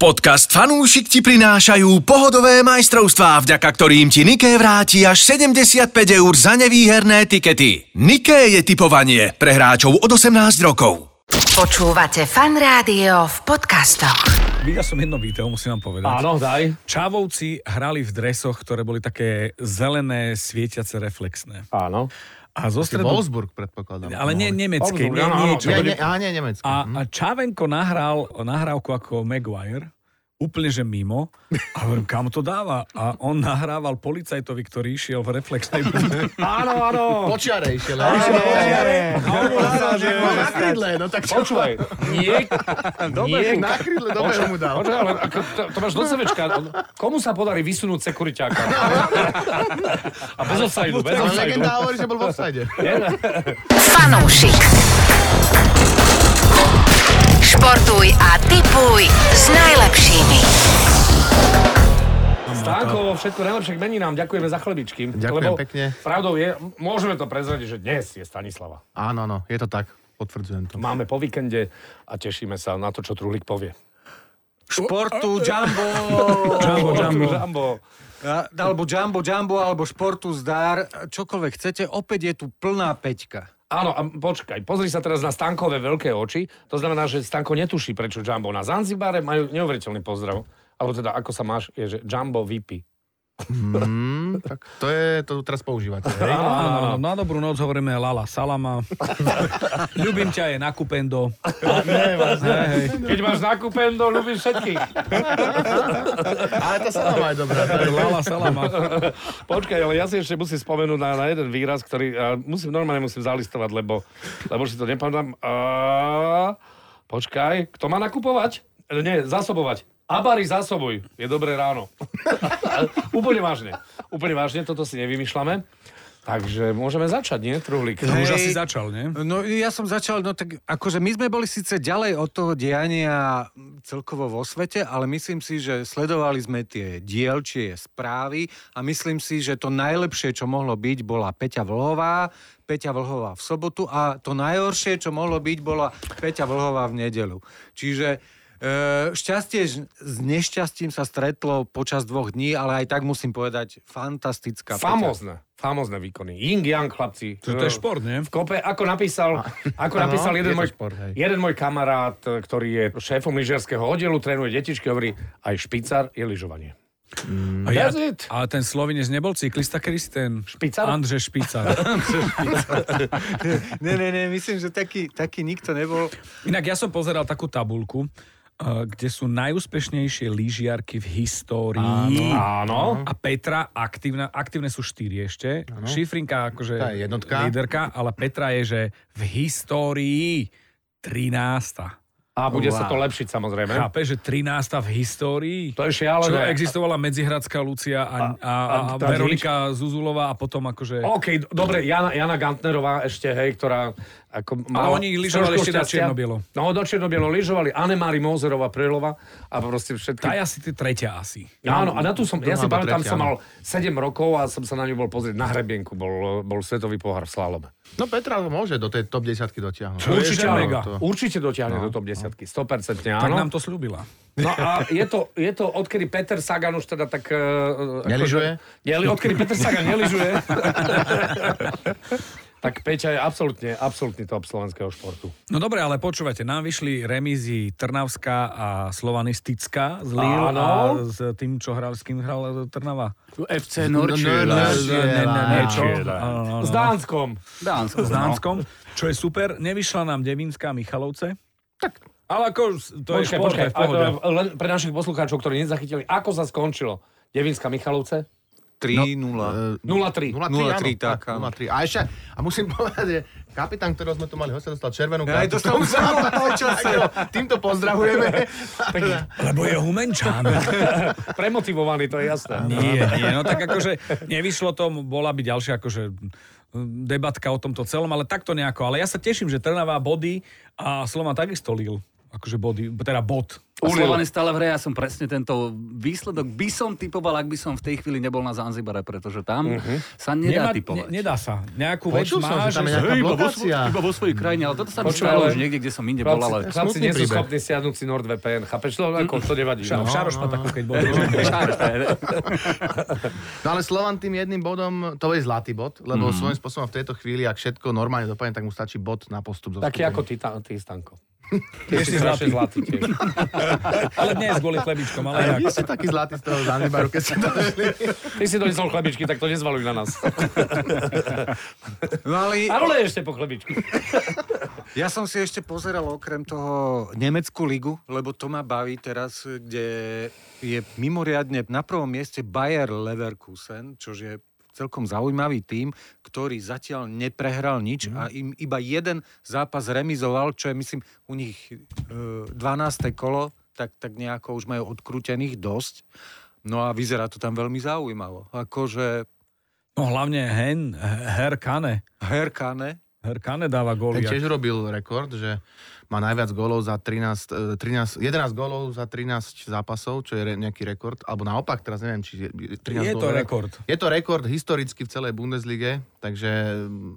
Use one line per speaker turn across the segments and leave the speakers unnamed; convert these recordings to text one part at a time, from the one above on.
Podcast Fanúšik ti prinášajú pohodové majstrovstvá, vďaka ktorým ti Niké vráti až 75 eur za nevýherné tikety. Niké je typovanie pre hráčov od 18 rokov.
Počúvate fan rádio v podcastoch.
Videl som jedno video, musím vám povedať.
Áno, daj.
Čávovci hrali v dresoch, ktoré boli také zelené, svietiace, reflexné.
Áno.
A zo
Ty
stredu...
Wolfsburg predpokladám.
Ale nie nemecké,
Wolfsburg,
nie,
No, áno, Mhm.
nie,
áno.
čo
Ja,
boli-
ne, aha, nie nemecké.
a, a Čávenko nahral nahrávku ako Maguire, úplne že mimo. A hovorím, kam to dáva? A on nahrával policajtovi, ktorý išiel v reflexnej brzde.
Áno, áno.
Počiare išiel.
A on mu nahrál, že-
Na krydle, no tak čo?
Počúvaj, niek... niek...
Na krydle, dobre mu dal.
Počúvaj, ale ako, to, to máš do sevečka. Komu sa podarí vysunúť sekuriťáka? A bez obsajdu, bez
Ale
obsajdu.
legenda hovorí, že bol v offside.
Fanúšik. Športuj a tipuj s najlepšími.
Stánko, všetko najlepšie k meninám. Ďakujeme za chlebičky.
Ďakujem pekne.
Pravdou je, m- môžeme to prezradiť, že dnes je Stanislava.
Áno, no, je to tak. Potvrdzujem to.
Máme po víkende a tešíme sa na to, čo Trulik povie.
Športu, Jumbo,
Žambo, žambo. žambo.
alebo Jumbo, Jumbo, alebo Športu zdar, čokoľvek chcete, opäť je tu plná peťka.
Áno, a počkaj, pozri sa teraz na stankové veľké oči. To znamená, že stanko netuší, prečo Jumbo na Zanzibare majú neuveriteľný pozdrav. Alebo teda, ako sa máš, je, že Jumbo vypí.
Mm, tak to je, to teraz používate. hej?
Áno, áno, áno.
Áno, na dobrú noc hovoríme Lala Salama. Ľubím ťa je na kupendo. Hej, hej.
Keď máš nakúpendo, ľúbiš všetkých.
Ale tá sa má aj dobrá. to je-
Lala Salama.
Počkaj, ale ja si ešte musím spomenúť na, na jeden výraz, ktorý uh, musím, normálne musím zalistovať, lebo, lebo si to nepamätám. Uh, počkaj, kto má nakupovať? E, Nie, zásobovať. Abary zásobuj, je dobré ráno. úplne vážne, úplne vážne, toto si nevymýšľame. Takže môžeme začať, nie, Truhlík?
Už
Hej.
asi začal, nie?
No ja som začal, no tak akože my sme boli síce ďalej od toho diania celkovo vo svete, ale myslím si, že sledovali sme tie dielčie správy a myslím si, že to najlepšie, čo mohlo byť, bola Peťa Vlhová, Peťa Vlhová v sobotu a to najhoršie, čo mohlo byť, bola Peťa Vlhová v nedelu. Čiže E, šťastie ž- s nešťastím sa stretlo počas dvoch dní, ale aj tak musím povedať, fantastická. Peťa.
Famózne, famózne výkony. Ying Yang, chlapci.
To, to je šport, nie?
V kope, ako napísal, ako napísal jeden,
je to
môj,
šport, hej.
jeden môj kamarát, e, ktorý je šéfom lyžiarského oddielu, trénuje detičky, hovorí, aj špicar je lyžovanie.
A ja,
That's it.
ale ten slovinec nebol cyklista, kedy si ten...
Špicar?
Andře Špicar.
Ne, ne, ne, myslím, že taký, taký nikto nebol.
Inak ja som pozeral takú tabulku, eh, kde sú najúspešnejšie lyžiarky v histórii.
Áno.
A Petra aktívna, aktívne sú štyri ešte. Ano. Šifrinka akože
Tá je jednotka.
líderka, ale Petra je, že v histórii 13.
A bude sa to lepšiť samozrejme.
Chápe, že 13. v histórii?
To je
Čo
šialené.
existovala medzihradská Lucia a, a, a, a
a tá
Veronika Zuzulová a potom akože...
OK, d- dobre, Jana, Jana Gantnerová ešte, hej, ktorá ako mala...
oni lyžovali ešte
trošku
na
šťastia.
čierno-bielo.
No, do čierno-bielo lyžovali, Anemári Mozerova, Prelova a proste všetky.
Tá je asi tie tretia asi.
Áno, a na tú som, ja si
Druhá,
pamätám,
tretia,
som
no. áno.
mal 7 rokov a som sa na ňu bol pozrieť na hrebienku, bol, bol svetový pohár v slalome.
No Petra môže do tej top 10 dotiahnuť.
že
Určite, áno,
mega.
No, to- určite dotiahne do top 10, 100%
Tak
áno.
nám to slúbila.
No a je to, je to odkedy Peter Sagan už teda tak... Uh,
Neližuje?
Neli, odkedy Peter Sagan neližuje. tak Peťa je absolútne, absolútny top slovenského športu.
No dobre, ale počúvate, nám vyšli remízy Trnavská a Slovanistická z Lille
Áno.
a s tým, čo hral, s kým hral Trnava.
FC
Ne, ne, ne, čo?
Čierna.
Áno, áno, áno.
S Dánskom. no.
Dánsko.
S Dánskom, čo je super. Nevyšla nám Devinská Michalovce. Tak. Ale ako to je
Počkaj,
šport, to
počkaj,
je v pohode.
a- a- len pre našich poslucháčov, ktorí nezachytili, ako sa skončilo? Devinská Michalovce? 0-3.
3-0.
03,
0,3, tak, áno.
03. A ešte, a musím povedať, že kapitán, ktorého sme tu mali hostia, dostal červenú
Ja aj
kartu.
dostal už
Tak jo, Týmto pozdravujeme.
Lebo je Humenčan.
Premotivovaný, to je jasné.
nie, nie, no tak akože nevyšlo to, bola by ďalšia akože mm, debatka o tomto celom, ale takto nejako. Ale ja sa teším, že Trnava body a Slova takisto Lille. akože body, teda bod.
A Slovan je stále v hre, ja som presne tento výsledok by som typoval, ak by som v tej chvíli nebol na Zanzibare, pretože tam
Mhm.
uh-huh. sa nedá
Nemá- Ne,
typovať.
nedá sa. Nejakú vec
Počul som,
má,
že tam
že...
je nejaká
Hej, iba, vo, svo-
blokácia.
iba vo svojej krajine, ale toto sa mi
Počuj,
stalo
ale-
už niekde, kde som inde bol,
Chlapci,
ale...
chlapci
smutný
nie sú
príbeh.
schopní stiahnuť si NordVPN, chápeš? No ako, to nevadí.
Ša,
No.
šarošpa takú, keď bol.
No ale Slovan tým jedným bodom, to je zlatý bod, lebo svojím spôsobom v tejto chvíli, ak všetko normálne dopadne, tak mu stačí bod na postup. zo
Taký
skupiny.
ako ty, tá, ty Stanko.
Tiež si
Strašne
zlatý.
zlatý tiež.
Ale dnes kvôli chlebičkom, ale
Vy
inak.
ste taký zlatý z toho Zanzibaru, keď ste to vedeli.
Ty si donesol chlebičky, tak to nezvaluj na nás.
No ale
A role ešte po chlebičku.
Ja som si ešte pozeral okrem toho Nemeckú ligu, lebo to ma baví teraz, kde je mimoriadne na prvom mieste Bayer Leverkusen, čo je celkom zaujímavý tým, ktorý zatiaľ neprehral nič a im iba jeden zápas remizoval, čo je myslím u nich e, 12. kolo, tak, tak nejako už majú odkrútených dosť. No a vyzerá to tam veľmi zaujímavo. Akože
No hlavne Hen, Herkane.
herkane,
Herkane dáva góly.
Ten tiež urobil rekord, že má najviac gólov za 13, eh, 13, 11 gólov za 13 zápasov, čo je re- nejaký rekord. Alebo naopak, teraz neviem, či je 13
Je to
gólov.
rekord.
Je to rekord historicky v celej Bundeslige, takže mm,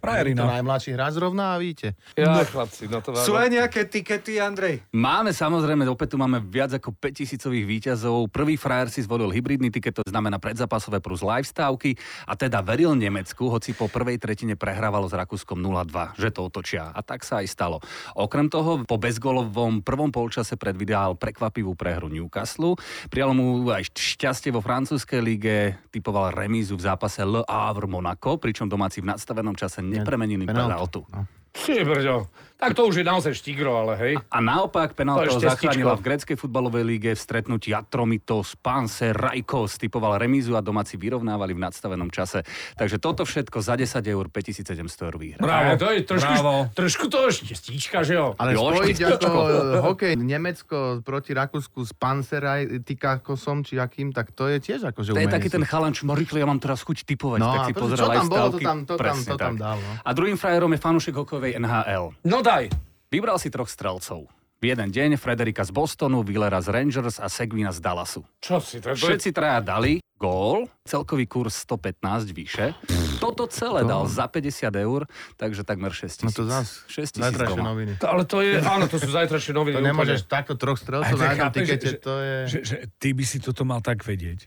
je to
Prajerina.
najmladší hráč zrovna a vidíte.
Ja, chlapci, no to
Sú aj nejaké tikety, Andrej?
Máme samozrejme, opäť tu máme viac ako 5000 výťazov. Prvý frajer si zvolil hybridný tiket, to znamená predzápasové plus live stávky a teda veril Nemecku, hoci po prvej tretine prehrávalo s Rakúskom 0-2, že to otočia. A tak sa aj stalo. Okrem toho, po bezgolovom prvom polčase predvidal prekvapivú prehru Newcastle. Prijalo mu aj šťastie vo francúzskej lige, typoval remízu v zápase Le Havre Monaco, pričom domáci v nadstavenom čase nepremenili penaltu.
No.
Ty brďo. Tak to už je naozaj štigro, ale hej.
A naopak
To
penálto
je štestičko.
zachránila v gréckej futbalovej líge v stretnutí Atromitos, Panse, Rajkos, typoval remízu a domáci vyrovnávali v nadstavenom čase. Takže toto všetko za 10 eur, 5700 eur výhra.
Bravo, to je trošku,
bravo.
trošku to štíčka, že jo?
Ale
Jo,
spojiť
štyri-
ako eh, hokej Nemecko proti Rakúsku e, s Panseraj, Tikakosom či akým, tak to je tiež akože
To je
umenie
taký
si.
ten chalan, čo ma rýchlo, ja mám teraz chuť typovať,
No,
tak
a
si
to,
pozrel
čo
aj
tam bolo, to
stavky.
tam- to tam-
Presne
to tam
tak.
dal, no.
A druhým frajerom je fanúšik hokejovej NHL.
No daj.
Vybral si troch strelcov. V jeden deň Frederika z Bostonu, Willera z Rangers a Segvina z Dallasu.
Čo si to? to je-
Všetci traja dali gól, celkový kurz 115 vyše. Toto celé dal za 50 eur, takže takmer 6 tisíc.
No to zás,
6 tisíc
zajtrajšie
doma.
noviny.
To- Ale to je, áno, to sú zajtrajšie noviny.
To
úplne.
nemôžeš takto troch strelcov
Aj
na
tak
jednom
chápeš,
tikete,
že-
to je...
Že, že ty by si toto mal tak vedieť.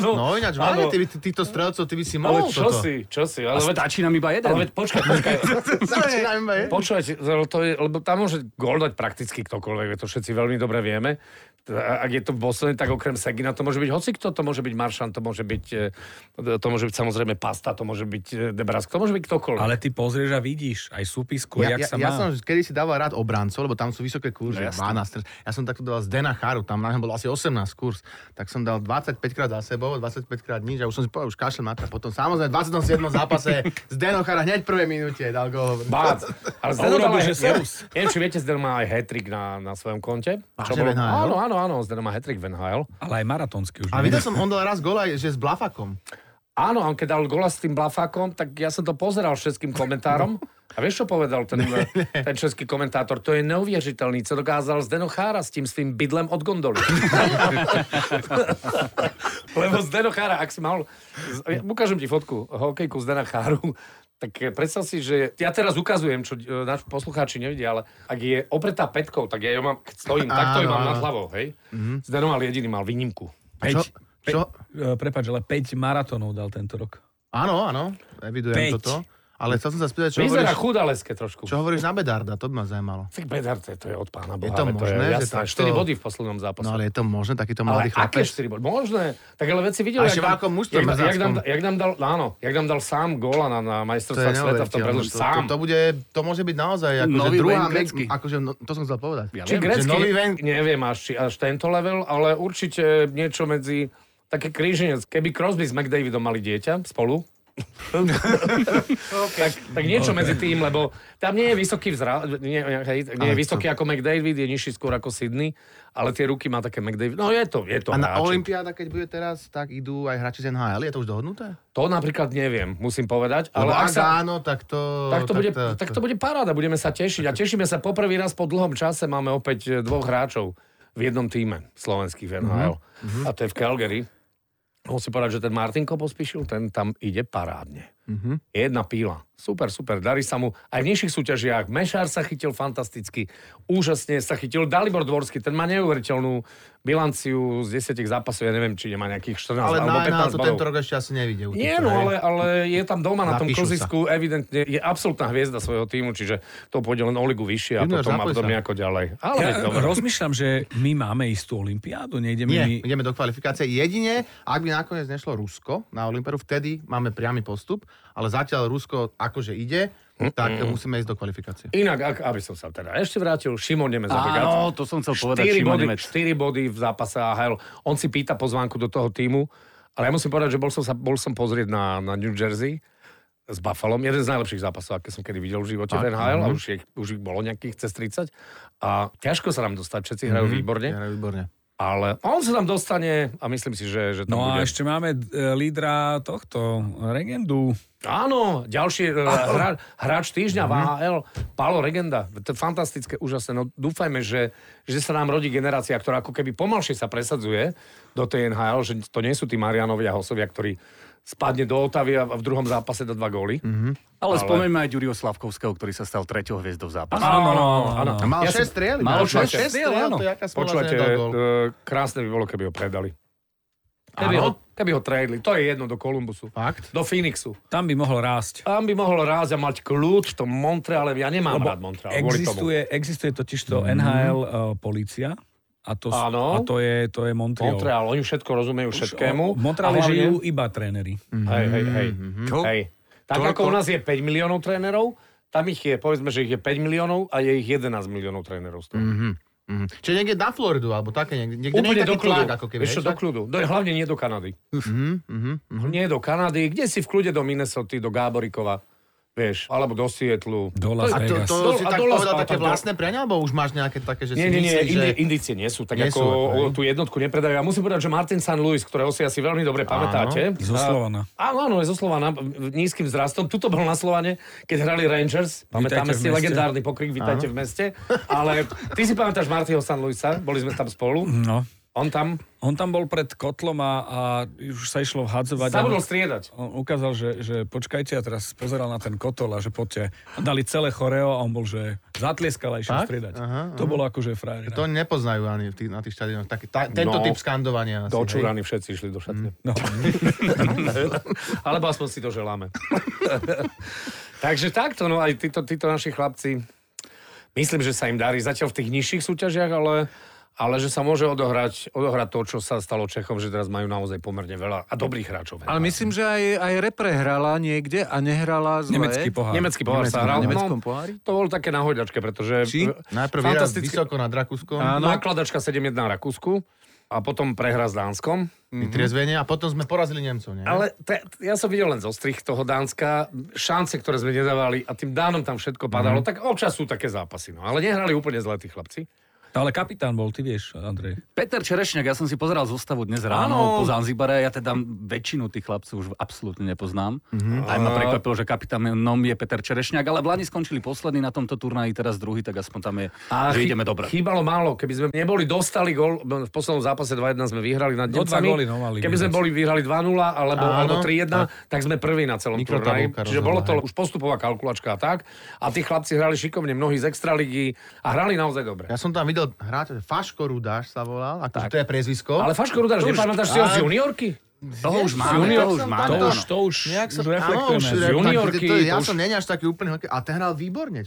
No ináč, vážne, ty, by- ty, týchto strelcov, ty by si mohol
Ale No, čo
toto.
si, čo si,
A
ale veď,
stačí nám iba jeden.
ale veď počkaj, počkaj.
Začínam iba jedno.
Počúvajte, lebo, to je, lebo tam môže gól dať prakticky ktokoľvek, to všetci veľmi dobre vieme. A- Ak je to v Bostone, tak okrem Segina to môže byť hocikto, to môže byť Maršan, to môže byť, e, to môže byť samozrejme Pasta, to môže byť e, Debrask, to môže byť ktokoľvek.
Ale ty pozrieš a vidíš aj súpisku,
Ja,
jak
ja,
sa
ja
má.
som kedy si dával rád obrancov, lebo tam sú vysoké kurzy,
No
no,
jasné.
12. Ja som takto dal z Dena Charu, tam na ňom bolo asi 18 kurz, tak som dal 25 krát za sebou, 25 krát nič a už som si povedal, už kašlem na to. Potom samozrejme v 27. zápase z Dena Chara hneď v prvej minúte dal gol.
Bác. Ale Zdeno
Urobil,
dal aj,
že
neviem,
Serus.
neviem, či viete, Zdeno má aj hetrik na, na svojom konte.
že v NHL?
áno, áno, áno, Zdeno má hetrik v NHL.
Ale aj maratónsky už.
A videl som, on dal raz gól aj, že s Blafakom.
Áno, on keď dal gola s tým blafakom, tak ja som to pozeral všetkým komentárom. A vieš, čo povedal ten, ten český komentátor? To je neuvěřitelný, co dokázal Zdeno Chára s tím svým bydlem od gondolu. Lebo Zdeno Chára, ak si mal... ja Ukážem ti fotku hokejku Zdena Cháru. Tak eh, predstav si, že ja teraz ukazujem, čo eh, naši poslucháči nevidia, ale ak je opretá petkou, tak ja ju mám, keď stojím, takto ju mám
Áno, áno. Mhm.
nad hlavou, hej? Zdeno mal jediný, mal výnimku.
Peť,
Čo? Čo?
Pe- e, prepáč, ale 5 maratónov dal tento rok.
Áno, áno, evidujem
Päť.
toto. Ale chcel som sa spýtať, čo
Vyzerá
hovoríš,
chudaleské trošku.
čo hovoríš na Bedarda, to by ma zaujímalo.
Tak Bedard, to je- to je od pána Boha.
Je to
ale
možné,
je
že
jasné.
takto-
4 body v poslednom zápase.
No ale je to možné, takýto
ale
mladý
aké
chlapec.
4 body? Možné. Tak ale veci videli,
A ešte v akom mužstve
jak, jak,
mrzáckom.
nám, jak, nám dal, áno, jak nám dal sám góla na, na majstrovstvách sveta v tom
neuveriteľné.
predlož.
to,
Sám.
To, to, bude, to môže byť naozaj akože
Nový
druhá...
Ben
Mek,
Gretzky.
akože, no, to som chcel povedať.
Ja
Či
viem,
grecký,
že nový ven-
neviem až, či až tento level, ale určite niečo medzi také kríženec. Keby Crosby s McDavidom mali dieťa spolu, tak, tak niečo medzi tým, lebo tam nie je vysoký vzra, nie, hej, nie je vysoký ako McDavid, je nižší skôr ako Sydney, ale tie ruky má také McDavid. No je to, je to
A na
hráčik.
Olympiáda, keď bude teraz, tak idú aj hráči z NHL. Je to už dohodnuté?
To napríklad neviem, musím povedať.
Lebo
Ale ak
ak
sa,
áno, tak to...
tak, to bude, tak to bude paráda, budeme sa tešiť. A tešíme sa poprvý raz po dlhom čase, máme opäť eh, dvoch hráčov v jednom týme slovenských v
Mhm.
NHL. A to je v Calgary. Musím povedať, že ten Martinko pospíšil, ten tam ide parádne.
Mhm.
Jedna píla. Super, super. Darí sa mu aj v nižších súťažiach. Mešár sa chytil fantasticky. Úžasne sa chytil. Dalibor Dvorský, ten má neuveriteľnú bilanciu z 10 zápasov. Ja neviem, či nemá nejakých 14
Ale
alebo
na, na
15
to
bodov.
tento rok ešte asi nevidie. určite,
Nie, no
hej.
ale, ale je tam doma na tom
Napíšu
kozisku, evidentne je absolútna hviezda svojho týmu, čiže to pôjde len o ligu vyššie a
Junior,
potom má
zapoj sa.
podobne ako ďalej. Ale veď
Ja
dobre.
E, rozmýšľam, že my máme istú olympiádu, nejdeme my...
Nie, ideme do kvalifikácie. Jedine, ak by nakoniec nešlo Rusko na Olymperu, vtedy máme priamy postup, ale zatiaľ Rusko akože ide, tak musíme ísť do kvalifikácie.
Inak, ak, aby som sa teda ešte vrátil, Šimon Nemec. napríklad.
Áno, to som chcel povedať,
Štyri
Šimon
body,
Nemec.
4 body v zápase AHL. On si pýta pozvánku do toho týmu, ale ja musím povedať, že bol som, sa, bol som pozrieť na, na New Jersey s Buffalom, jeden z najlepších zápasov, aké som kedy videl v živote v NHL, a už, ich, už ich bolo nejakých cez 30. A ťažko sa nám dostať, všetci hrajú výborne,
Ja, výborne.
ale on sa tam dostane a myslím si, že, že tam
No a
bude.
ešte máme e, lídra tohto, Regendu.
Áno, ďalší e, hra, hráč týždňa v AHL, Pálo Regenda. To je fantastické, úžasné. No dúfajme, že, že sa nám rodí generácia, ktorá ako keby pomalšie sa presadzuje do tej NHL, že to nie sú tí Marianovia Hosovia, ktorí spadne do Otavy a v druhom zápase dá dva góly.
Ale spomeňme aj Ďuriho Slavkovského, ktorý sa stal treťou hviezdou zápasu.
Áno, áno, áno.
A mal
Ja som-
6 striel?
Mal
šesť
šesť
striel, áno.
to je jaká smola,
Počúvate,
že nedal gól.
e, krásne by bolo, keby ho predali. Keby ho, keby ho tradeli. To je jedno do Kolumbusu.
Fakt?
Do Phoenixu.
Tam by mohol rásť.
Tam by mohol rázť a mať kľúč v tom Montreale. Ja nemám Lebo rád Montreal. Kvôli tomu.
Existuje, existuje totiž to NHL uh, policia a to, s- a
Áno.
to je, to je Montreal.
Montreal, oni všetko rozumejú všetkému.
V Montreale
A hlavne-
žijú iba tréneri.
Hej, hej, hej.
Mhm,
hej. Tak
Toľko-
ako u nás je 5 miliónov trénerov, tam ich je, povedzme, že ich je 5 miliónov a je ich 11 miliónov trénerov. Mm-hmm.
Mhm. Čiže niekde na Floridu, alebo také niekde. niekde
Úplne
nie je taký
do kľudu.
tlak, ako keby. Mhm,
Vieš čo, do kľudu. Do, hlavne nie do Kanady. Nie do Kanady, kde si v kľude do Minnesota, do Gáborikova, vieš, alebo do Sietlu.
Do
a
Las
to,
Vegas.
to
Dol-
si
a
tak
dole
povedal
spal,
také
tam
vlastné preňa, alebo už máš nejaké také, že si
Nie, nie, nie,
myslíš, že...
indi- indície nie sú, tak
Nie
ako
sú,
o,
hej.
tú jednotku nepredajú. Ja musím povedať, že Martin San Luis, ktorého si asi veľmi dobre pamätáte.
zo
a-
Slovana.
Áno, áno, je zo Slovana, v- nízkym vzrastom. Tuto bol na Slovane, keď hrali Rangers. Pamätáme
v
si
meste.
legendárny pokrik, vítajte v meste. Ale ty si pamätáš Martinho San Luisa, boli sme tam spolu.
No.
On tam
On tam bol pred kotlom a, a už sa išlo vhadzovať.
sa budol
On-
striedať.
on ukázal, že, že počkajte a teraz pozeral na ten kotol a že poďte. A dali celé choreo a on bol, že zatlieskal a išiel striedať. Aha, to bolo akože frajerina.
To nepoznajú ani v tých, na tých štadiónoch. Taký, tá, tento
No.
typ skandovania. Asi, hej.
Dočúraní všetci išli do šatne.
No.
Alebo aspoň si to želáme. Takže takto, no aj títo, títo naši chlapci, myslím, že sa im darí zatiaľ v tých nižších súťažiach, ale, ale že sa môže odohrať, odohrať to, čo sa stalo Čechom, že teraz majú naozaj pomerne veľa a dobrých hráčov.
Ale myslím, že aj, aj repre hrala niekde a nehrala zle.
Nemecký pohár.
Nemecký pohár sa hral. No,
nemeckom pohári?
to bol také na hojdačke, pretože
Či?
Najprv vyhrá
fantastická
vysoko nad Rakúskom, mm-hmm.
nakladačka 7-1 Rakúsku a potom prehra s Dánskom.
vytriezvenie a potom sme porazili Nemcov, nie?
Ale te, ja som videl len zo strich toho Dánska, šance, ktoré sme nedávali a tým Dánom tam
Mhm.
všetko padalo, tak občas sú také zápasy, no. Ale nehrali úplne zle tí chlapci.
Ale kapitán bol, ty vieš, Andrej.
Peter Čerešňák, ja som si pozeral zostavu dnes ráno po Zanzibare, ja teda väčšinu tých chlapcov už absolútne nepoznám. Aj ma prekvapilo, že kapitánom je Peter Čerešňák, ale v Lani skončili posledný na tomto turnaji, teraz druhý, tak aspoň tam je, že ideme dobre.
Chýbalo málo, keby sme neboli dostali gol, v poslednom zápase 2-1 sme vyhrali nad
No, dva
Nemcami.
góly, no, mali
keby sme
Nemci.
boli vyhrali 2-0 alebo,
Áno,
alebo 3-1, tak. sme prví na celom turnaji.
Mikrotabulka
Čiže
rozhodla,
bolo to
hej.
už postupová kalkulačka a tak. A tí chlapci hrali šikovne, mnohí z extraligy a hrali naozaj dobre.
Ja som tam videl hráča, že Faško Rudáš sa volal, akože to je priezvisko.
Ale Faško Rudáš, nepamätáš si ho z
Á,
juniorky?
Toho už máme,
junior
toho už
som
máme.
To
tam Áno.
už, to už
Nejak som, áno,
reflektujeme.
už,
z juniorky,
to, ja
to už-
som není až taký úplný hokej. A ten hral výborne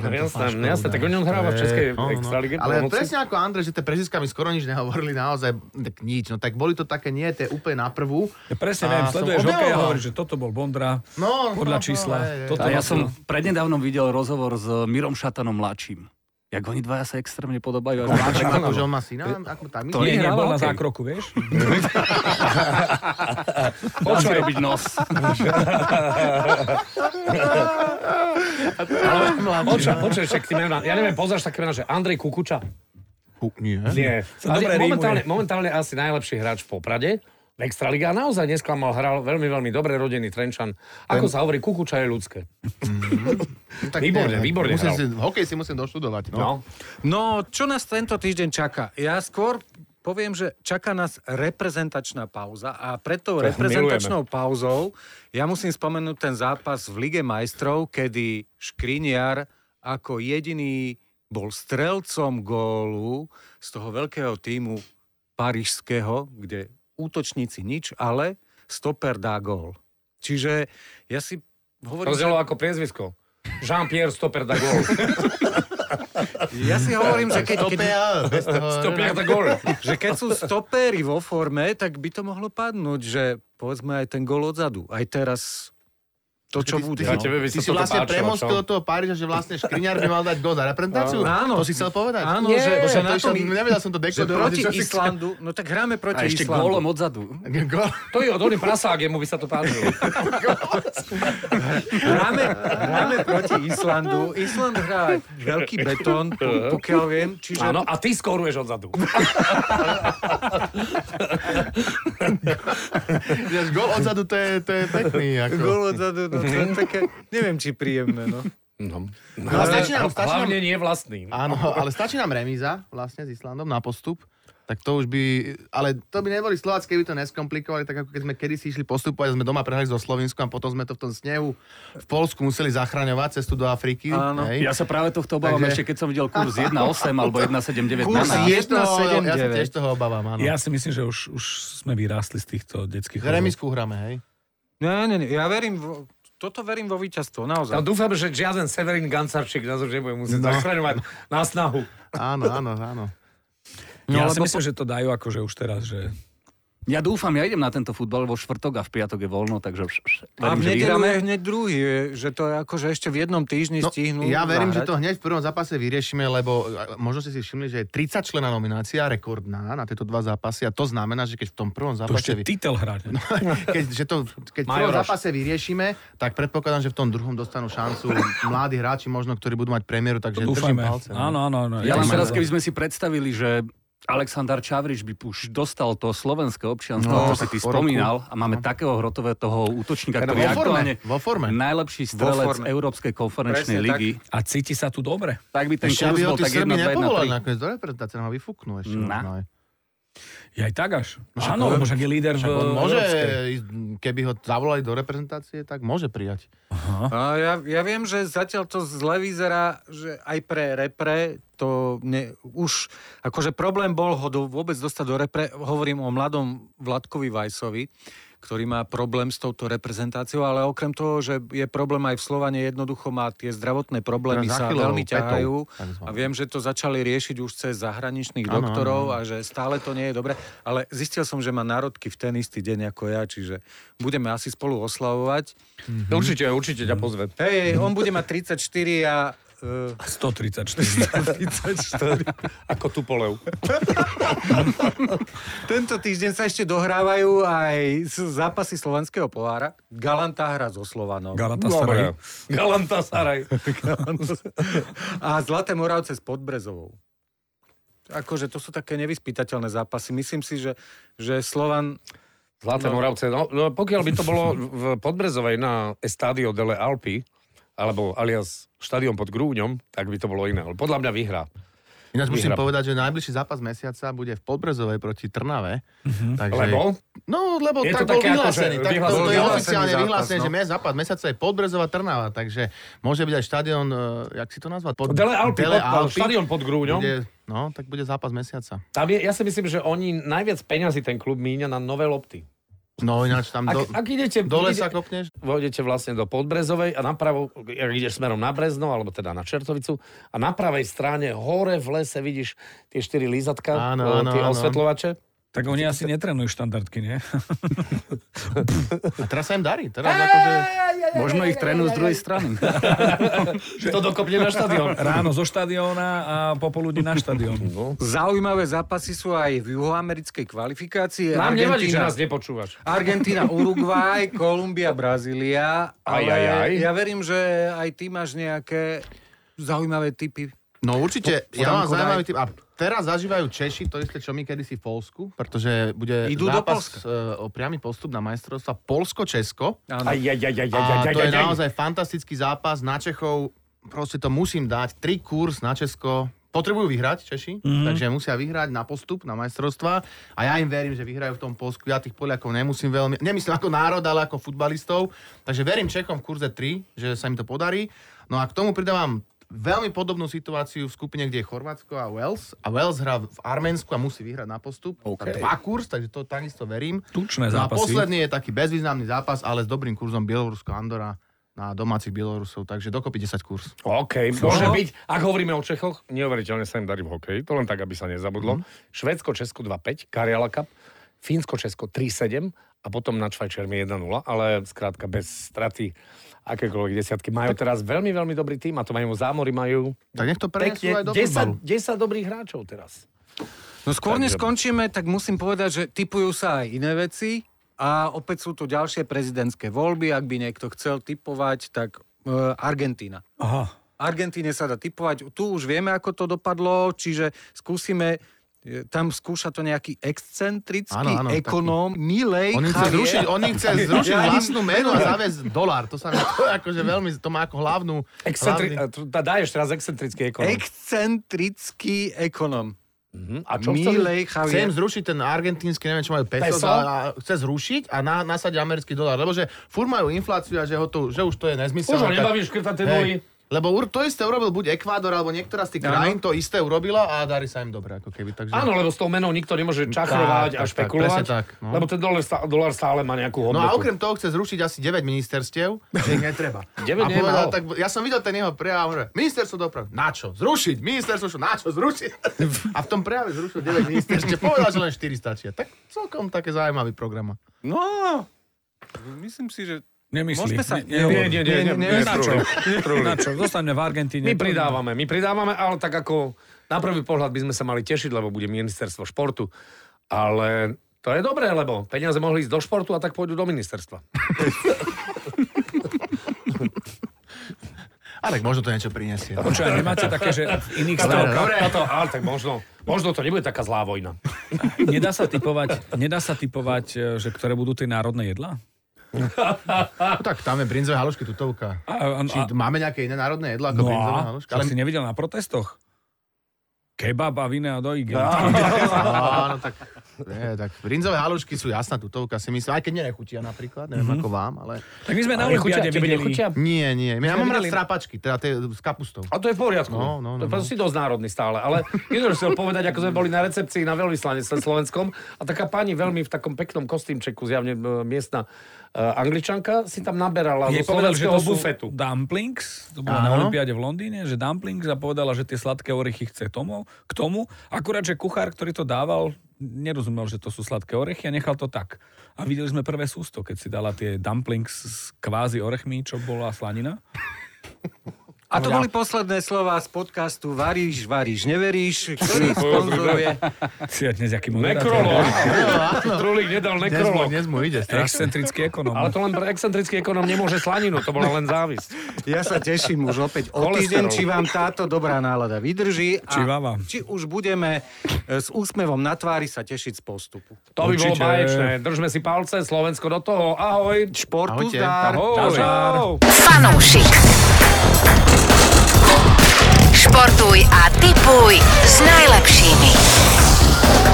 No,
tento
jasné,
Faško
jasné, tak
Rudáš.
on hráva v
To je-
Českej
no, no.
extralíge
Ale
pomoci.
presne ako Andrej, že tie preziska mi skoro nič nehovorili naozaj, tak nič. No tak boli to také nie, tie úplne na prvú.
Ja presne
A
viem,
som
sleduješ hokej a
objavoval.
hovoríš, že toto bol Bondra
No,
podľa
no, no,
čísla.
hej, hej.
toto
A ja
bol-
som prednedávnom videl rozhovor s Mirom Šatanom mladším. Jak oni dvaja sa extrémne podobajú.
Kováčik, akože on má syna, ako tam
To je-
Nie, nebol
hral
na
hokej.
zákroku, vieš?
Počo robiť nos?
Oča, počuj, však ty mená, ja neviem, poznáš také mená, že Andrej Kukuča?
Nie.
Nie.
Sa dobre rímuje.
momentálne, momentálne asi najlepší hráč v Poprade. V Extraliga a naozaj nesklamal, hral veľmi, veľmi dobre rodený Trenčan. Ako sa hovorí, Kukuča je ľudské.
Tak
Výborne,
nie,
výborne
Musím
hral.
si, hokej si musím doštudovať. No.
No.
No, čo nás tento týždeň čaká? Ja skôr poviem, že čaká nás reprezentačná pauza a pred tou reprezentačnou pauzou ja musím spomenúť ten zápas v Lige majstrov, kedy Škriniar ako jediný bol strelcom gólu z toho veľkého týmu parížského, kde útočníci nič, ale stoper dá gól. Čiže ja si hovorím, že,
Rozdielo ako priezvisko. Jean-Pierre Stopper da Gaulle.
ja si hovorím, že keď, keď,
Stopia, bez toho...
Stopper da Gaulle.
že keď sú stopéry vo forme, tak by to mohlo padnúť, že povedzme aj ten gol odzadu, aj teraz to, čo
Ty, ty,
bude.
Na
no.
No.
tebe by
ty
sa
si
toto
vlastne
páčilo,
premostil
čo?
toho Paríža, že vlastne Škriňar by mal dať gol za reprezentáciu?
Áno.
To si chcel povedať?
Áno,
Nie,
že, že
to
na
išlo-
tom, i-
nevedel som to
že
dekodovať.
proti
čo si chcel.
Islandu, no tak hráme
A
proti
ešte
Islandu.
gólom odzadu.
Gól.
To je od Oli Prasák, jemu by sa to páčilo.
Hráme, hráme proti Islandu. Island hrá veľký betón, po- pokiaľ viem. Čiže
Áno, a ty skoruješ odzadu.
Ináč Gól odzadu, to je, to je pekný. Ako.
gól odzadu, no to je také, neviem, či príjemné. No.
No, ale stačí nám, stačí nám,
Hlavne nie vlastný.
áno, ale stačí nám remíza vlastne s Islandom na postup. Tak to už by... Ale to by neboli Slováci, keby to neskomplikovali, tak ako keď sme kedysi išli postupovať, sme doma prehrali so Slovenskom a potom sme to v tom snehu v Polsku museli zachraňovať cestu do Afriky.
Áno.
Hej.
Ja sa práve tohto obávam,
Takže-
ešte keď som videl kurz 1,8 alebo 1,79
Ja
na
Kurz
sa
nás.
tiež toho-
1,79.
Ja sa tiež toho obávam, áno.
Ja si myslím, že už, už sme vyrástli z týchto detských
Že remisku hráme, hej.
Nie, nie, nie, No, ja verím, vo, toto verím vo víťazstvo, naozaj.
Ja dúfam, že žiaden Severin Gancarčík nás už nebude musieť no. zachraňovať na snahu.
Áno, áno, áno.
No, ja si
No, lebo-
myslím, že to dajú akože už teraz, že...
Ja dúfam, ja idem na tento futbal vo štvrtok a v piatok je voľno, takže vš, vš,
A
verím,
v
že
nedelu
vyhráme.
je hneď druhý, je- že to je akože ešte v jednom týždni
No,
stihnú.
ja verím, že
zahrať.
to hneď v prvom zápase vyriešime, lebo a, možno ste si všimli, že je 30 člená nominácia, rekordná na tieto dva zápasy a to znamená, že keď v tom prvom
To ešte
zápase... vy-
titel hrať. No.
keď, že to, keď v prvom
Majoraš.
zápase vyriešime, tak predpokladám, že v tom druhom dostanú šancu mladí hráči možno, ktorí budú mať premiéru, takže držím
Dúfajme.
palce. no.
Áno, áno, áno.
Ja len
mám-
teraz, keby sme si predstavili, že Aleksandar Čavrič by už dostal to slovenské občianstvo,
No,
no, čo si ty
po
spomínal, a máme takého hrotové toho útočníka,
Teda
ktorý
vo
je
forme,
aktuálne
vo forme.
najlepší strelec
forme.
Európskej konferenčnej
Presne
ligy.
A cíti sa tu dobre.
Tak, tak by ten
Ešte,
kurz
aby ho
bol
tí
tak 1,
Srbi
2, 1,
nepovolali
3.
nakoniec do reprezentácie, ho vyfúknú ešte. No,
Na.
možno aj.
Ja aj tak až. Áno, lebo však je líder v
Však on môže,
Európskej.
ísť, keby ho zavolali do reprezentácie, tak môže prijať.
A ja, ja viem, že zatiaľ to zle vyzerá, že aj pre repre to ne, už, akože problém bol ho do, vôbec dostať do repre, hovorím o mladom Vladkovi Vajsovi, ktorý má problém s touto reprezentáciou, ale okrem toho, že je problém aj v Slovane, jednoducho má tie zdravotné problémy
Teraz
sa
Achillovou
veľmi
pätou,
ťahajú
takzvanou.
a viem, že to začali riešiť už cez zahraničných
Áno,
doktorov
áno, áno.
a že stále to nie je dobre, ale zistil som, že má národky v ten istý deň ako ja, čiže budeme asi spolu oslavovať.
Mhm.
Určite, určite ťa pozve.
Hej, hej, on bude mať 34 a... Uh,
134.
34.
Ako Tupolev.
Tento týždeň sa ešte dohrávajú aj s- zápasy slovanského pohára. Galanta hra so Slovanom.
Galatasaray.
Galatasaray.
a Zlaté Moravce s Podbrezovou. Akože to sú také nevyspytateľné zápasy. Myslím si, že, že Slovan...
Zlaté Moravce. No, no, pokiaľ by to bolo v Podbrezovej na Estadio delle Alpi, alebo alias štadión pod Grúňom, tak by to bolo iné. Ale podľa mňa vyhrá.
Ináč musím
Vyhrám.
povedať, že najbližší zápas mesiaca bude v Podbrezovej proti Trnave. Takže...
Lebo?
No, lebo
Mhm. Je to
tak bol
také ako,
vyhlásený.
že
Tak to, to
vyhlásený
je
zápas,
oficiálne
no.
vyhlásené, že mes, západ mesiaca je Podbrezová Trnava, takže môže byť aj štadión, eh, jak si to nazvať? Pod...
Dele Alpi,
Dele
pod- štadión pod Grúňom.
Bude, no, tak bude zápas mesiaca.
Tam je, ja si myslím, že oni najviac peňazí ten klub míňa na nové lopty.
No, ináč tam
Ak,
do,
ak idete,
dole
ide-
sa kopneš.
vojdete vlastne do Podbrezovej a napravo, ak ideš smerom na Brezno, alebo teda na Čertovicu, a na pravej strane hore v lese vidíš tie štyri lízatka,
Áno,
e,
áno,
tie
áno.
osvetľovače.
Tak oni asi netrenujú štandardky, nie?
A teraz sa im darí. Teraz akože...
Možno ich trénujú z druhej strany.
To dokopne na štadión.
Ráno zo štadióna a popoludní na štadión.
No.
Zaujímavé zápasy sú aj v juhoamerickej kvalifikácii.
Nám nevadí, že
Argentína-
nás nepočúvaš.
Argentína, Uruguaj, Kolumbia, Brazília. Ale
Aj, aj, aj.
ja verím, že aj ty máš nejaké zaujímavé typy.
No určite, ja mám
Kodaj.
zaujímavý typ. A teraz zažívajú Češi to isté, čo my kedysi v Polsku, pretože bude
Idú do
zápas
Polska.
e, o priamy postup na majstrovstva Polsko-Česko.
Áno.
Aj, aj, aj, aj, aj, aj,
A
aj,
to je
aj.
naozaj fantastický zápas na Čechov. Proste to musím dať. Tri kurz na Česko. Potrebujú vyhrať
Mhm.
Češi, mm-hmm. takže musia vyhrať na postup, na majstrovstva. A ja im verím, že vyhrajú v tom Polsku. Ja tých Poliakov nemusím veľmi... Nemyslím ako národ, ale ako futbalistov. Takže verím Čechom v kurze 3, že sa im to podarí. No a k tomu pridávam veľmi podobnú situáciu v skupine, kde je Chorvátsko a Wales. A Wales hrá v Arménsku a musí vyhrať na postup. Okay. Dva kurz, takže to takisto verím.
Tučné
No a
zápasy.
posledný je taký bezvýznamný zápas, ale s dobrým kurzom Bielorusko Andora na domácich Bielorusov, takže dokopy 10 kurz.
OK, môže byť. Ak hovoríme o Čechoch, neuveriteľne sa im darí v hokeji. To len tak, aby sa nezabudlo. Švedsko, Česko 2-5, Karjala Cup. Fínsko, Česko 3-7 a potom nad Švajčiarmi 1-0, ale skrátka bez straty akékoľvek desiatky. Majú teraz veľmi, veľmi dobrý tým a to majú zámory, majú
Tak nech to prenesú aj
pekne
do
10,
futbalu.
10 dobrých hráčov teraz.
No skôr než
Takže-
skončíme, tak musím povedať, že typujú sa aj iné veci a opäť sú tu ďalšie prezidentské voľby. Ak by niekto chcel typovať, tak e, Argentína.
Aha.
Argentíne sa dá typovať. Tu už vieme, ako to dopadlo, čiže skúsime e, tam skúša to nejaký excentrický
Áno, áno,
áno, ekonóm, Milej
On im chce
Javier.
zrušiť, on im chce zrušiť vlastnú menu a zaviesť dolár. To sa mi to akože veľmi, to má ako hlavnú...
Excentri-
hlavný-
a- dá ešte raz excentrický ekonom.
Excentrický ekonom.
Mhm. a čo chceli?
Milej
Chce im
Javier.
zrušiť ten argentínsky, neviem, čo majú peso,
Peso?
peso? A, a chce zrušiť a na, nasadiť americký dolár, lebo že furt majú infláciu a že, ho to, že už to je nezmysel.
Už ho nebavíš škrtať tie
Hej.
nuly.
Lebo ur, to isté urobil buď Ekvádor, alebo niektorá z tých
Áno.
krajín to isté urobila a darí sa im dobre, ako keby. Takže...
Áno, lebo s tou menou nikto nemôže čachrovať
Tak,
a
tak, tak,
špekulovať,
presne tak, no.
lebo ten dolar, stá- dolar stále má nejakú hodnotu.
No a okrem toho chce zrušiť asi 9 ministerstiev, že ich netreba.
9
a
je
povedal,
málo.
tak, ja som videl ten jeho prejav, hovorí, ministerstvo dopravy, na čo? Zrušiť, ministerstvo čo? Na čo? Zrušiť. A v tom prejave zrušil 9 ministerstiev, povedal, že len 4 stačia. Tak celkom také zaujímavý program.
No, myslím si, že
Nemyslí.
Môžeme sa-
Ne- nehovor.
Nie, nie, nie, nie, nie,
Na čo? Na čo? Zostaňme v Argentíne.
My pridávame, my pridávame, ale tak ako na prvý pohľad by sme sa mali tešiť, lebo bude ministerstvo športu, ale to je dobré, lebo peniaze mohli ísť do športu a tak pôjdu do ministerstva.
A tak možno to niečo prinesie.
Čo, nemáte také, že v iných
To,
stavkách
na No, to, ale tak možno, možno to nebude taká zlá vojna.
nedá sa typovať, nedá sa typovať, e, že ktoré budú tie národné jedlá?
No, tak tam je brinzové halušky tutovka.
A, a,
Či
a,
máme nejaké iné národné jedlo ako
no
brinzové
a,
halušky?
ale si nevidel na protestoch? Kebab a vina do igel.
No.
Áno, tak... Nie, tak brinzové halušky sú jasná tutovka, si myslím. Aj keď nenechutia napríklad, neviem
Mhm.
ako vám, ale...
Tak my sme na
Ale chutia,
Olympiade
tebe
videli.
nechutia?
Nie, nie. Ja
sme
mám rád
videli-
strapačky, teda tie s kapustou.
A to je v poriadku.
No, no, no,
to je proste si dosť národný stále. Ale jedno, čo chcel povedať, ako sme boli na recepcii na veľvyslanectve slovenskom a taká pani veľmi v takom peknom kostýmčeku, zjavne e, miestna e, angličanka, si tam naberala zo
Jej povedal, že
slovenského
to sú
bufetu.
dumplings, to bolo na
Áno.
Olympiade v Londýne, že dumplings a povedala, že tie sladké orechy chce tomu, k tomu. Akurát, že kuchár, ktorý to dával, nerozumel, že to sú sladké orechy a nechal to tak. A videli sme prvé sústo, keď si dala tie dumplings s kvázi orechmi, čo bola slanina.
A to boli posledné slova z podcastu Varíš, varíš, neveríš, ktorý sponzoruje
Si ja dnes jaký moderátor.
Nekrolog. Trulík nedal
Dnes mu,
nekrolog.
dnes mu ide.
Excentrický ekonom.
Ale to len pre excentrický ekonom nemôže slaninu, to bola len závisť.
Ja sa teším už opäť o
Cholesterol.
týždeň, či vám táto dobrá nálada vydrží a
Či vám.
či už budeme e, s úsmevom na tvári sa tešiť z postupu.
To by bolo
Určite.
báječné. Držme si palce, Slovensko do toho. Ahoj.
Športu
Ahojte.
zdar.
Ahoj.
Čažár.
Ahoj.
Fanúšik. Športuj a tipuj s najlepšími.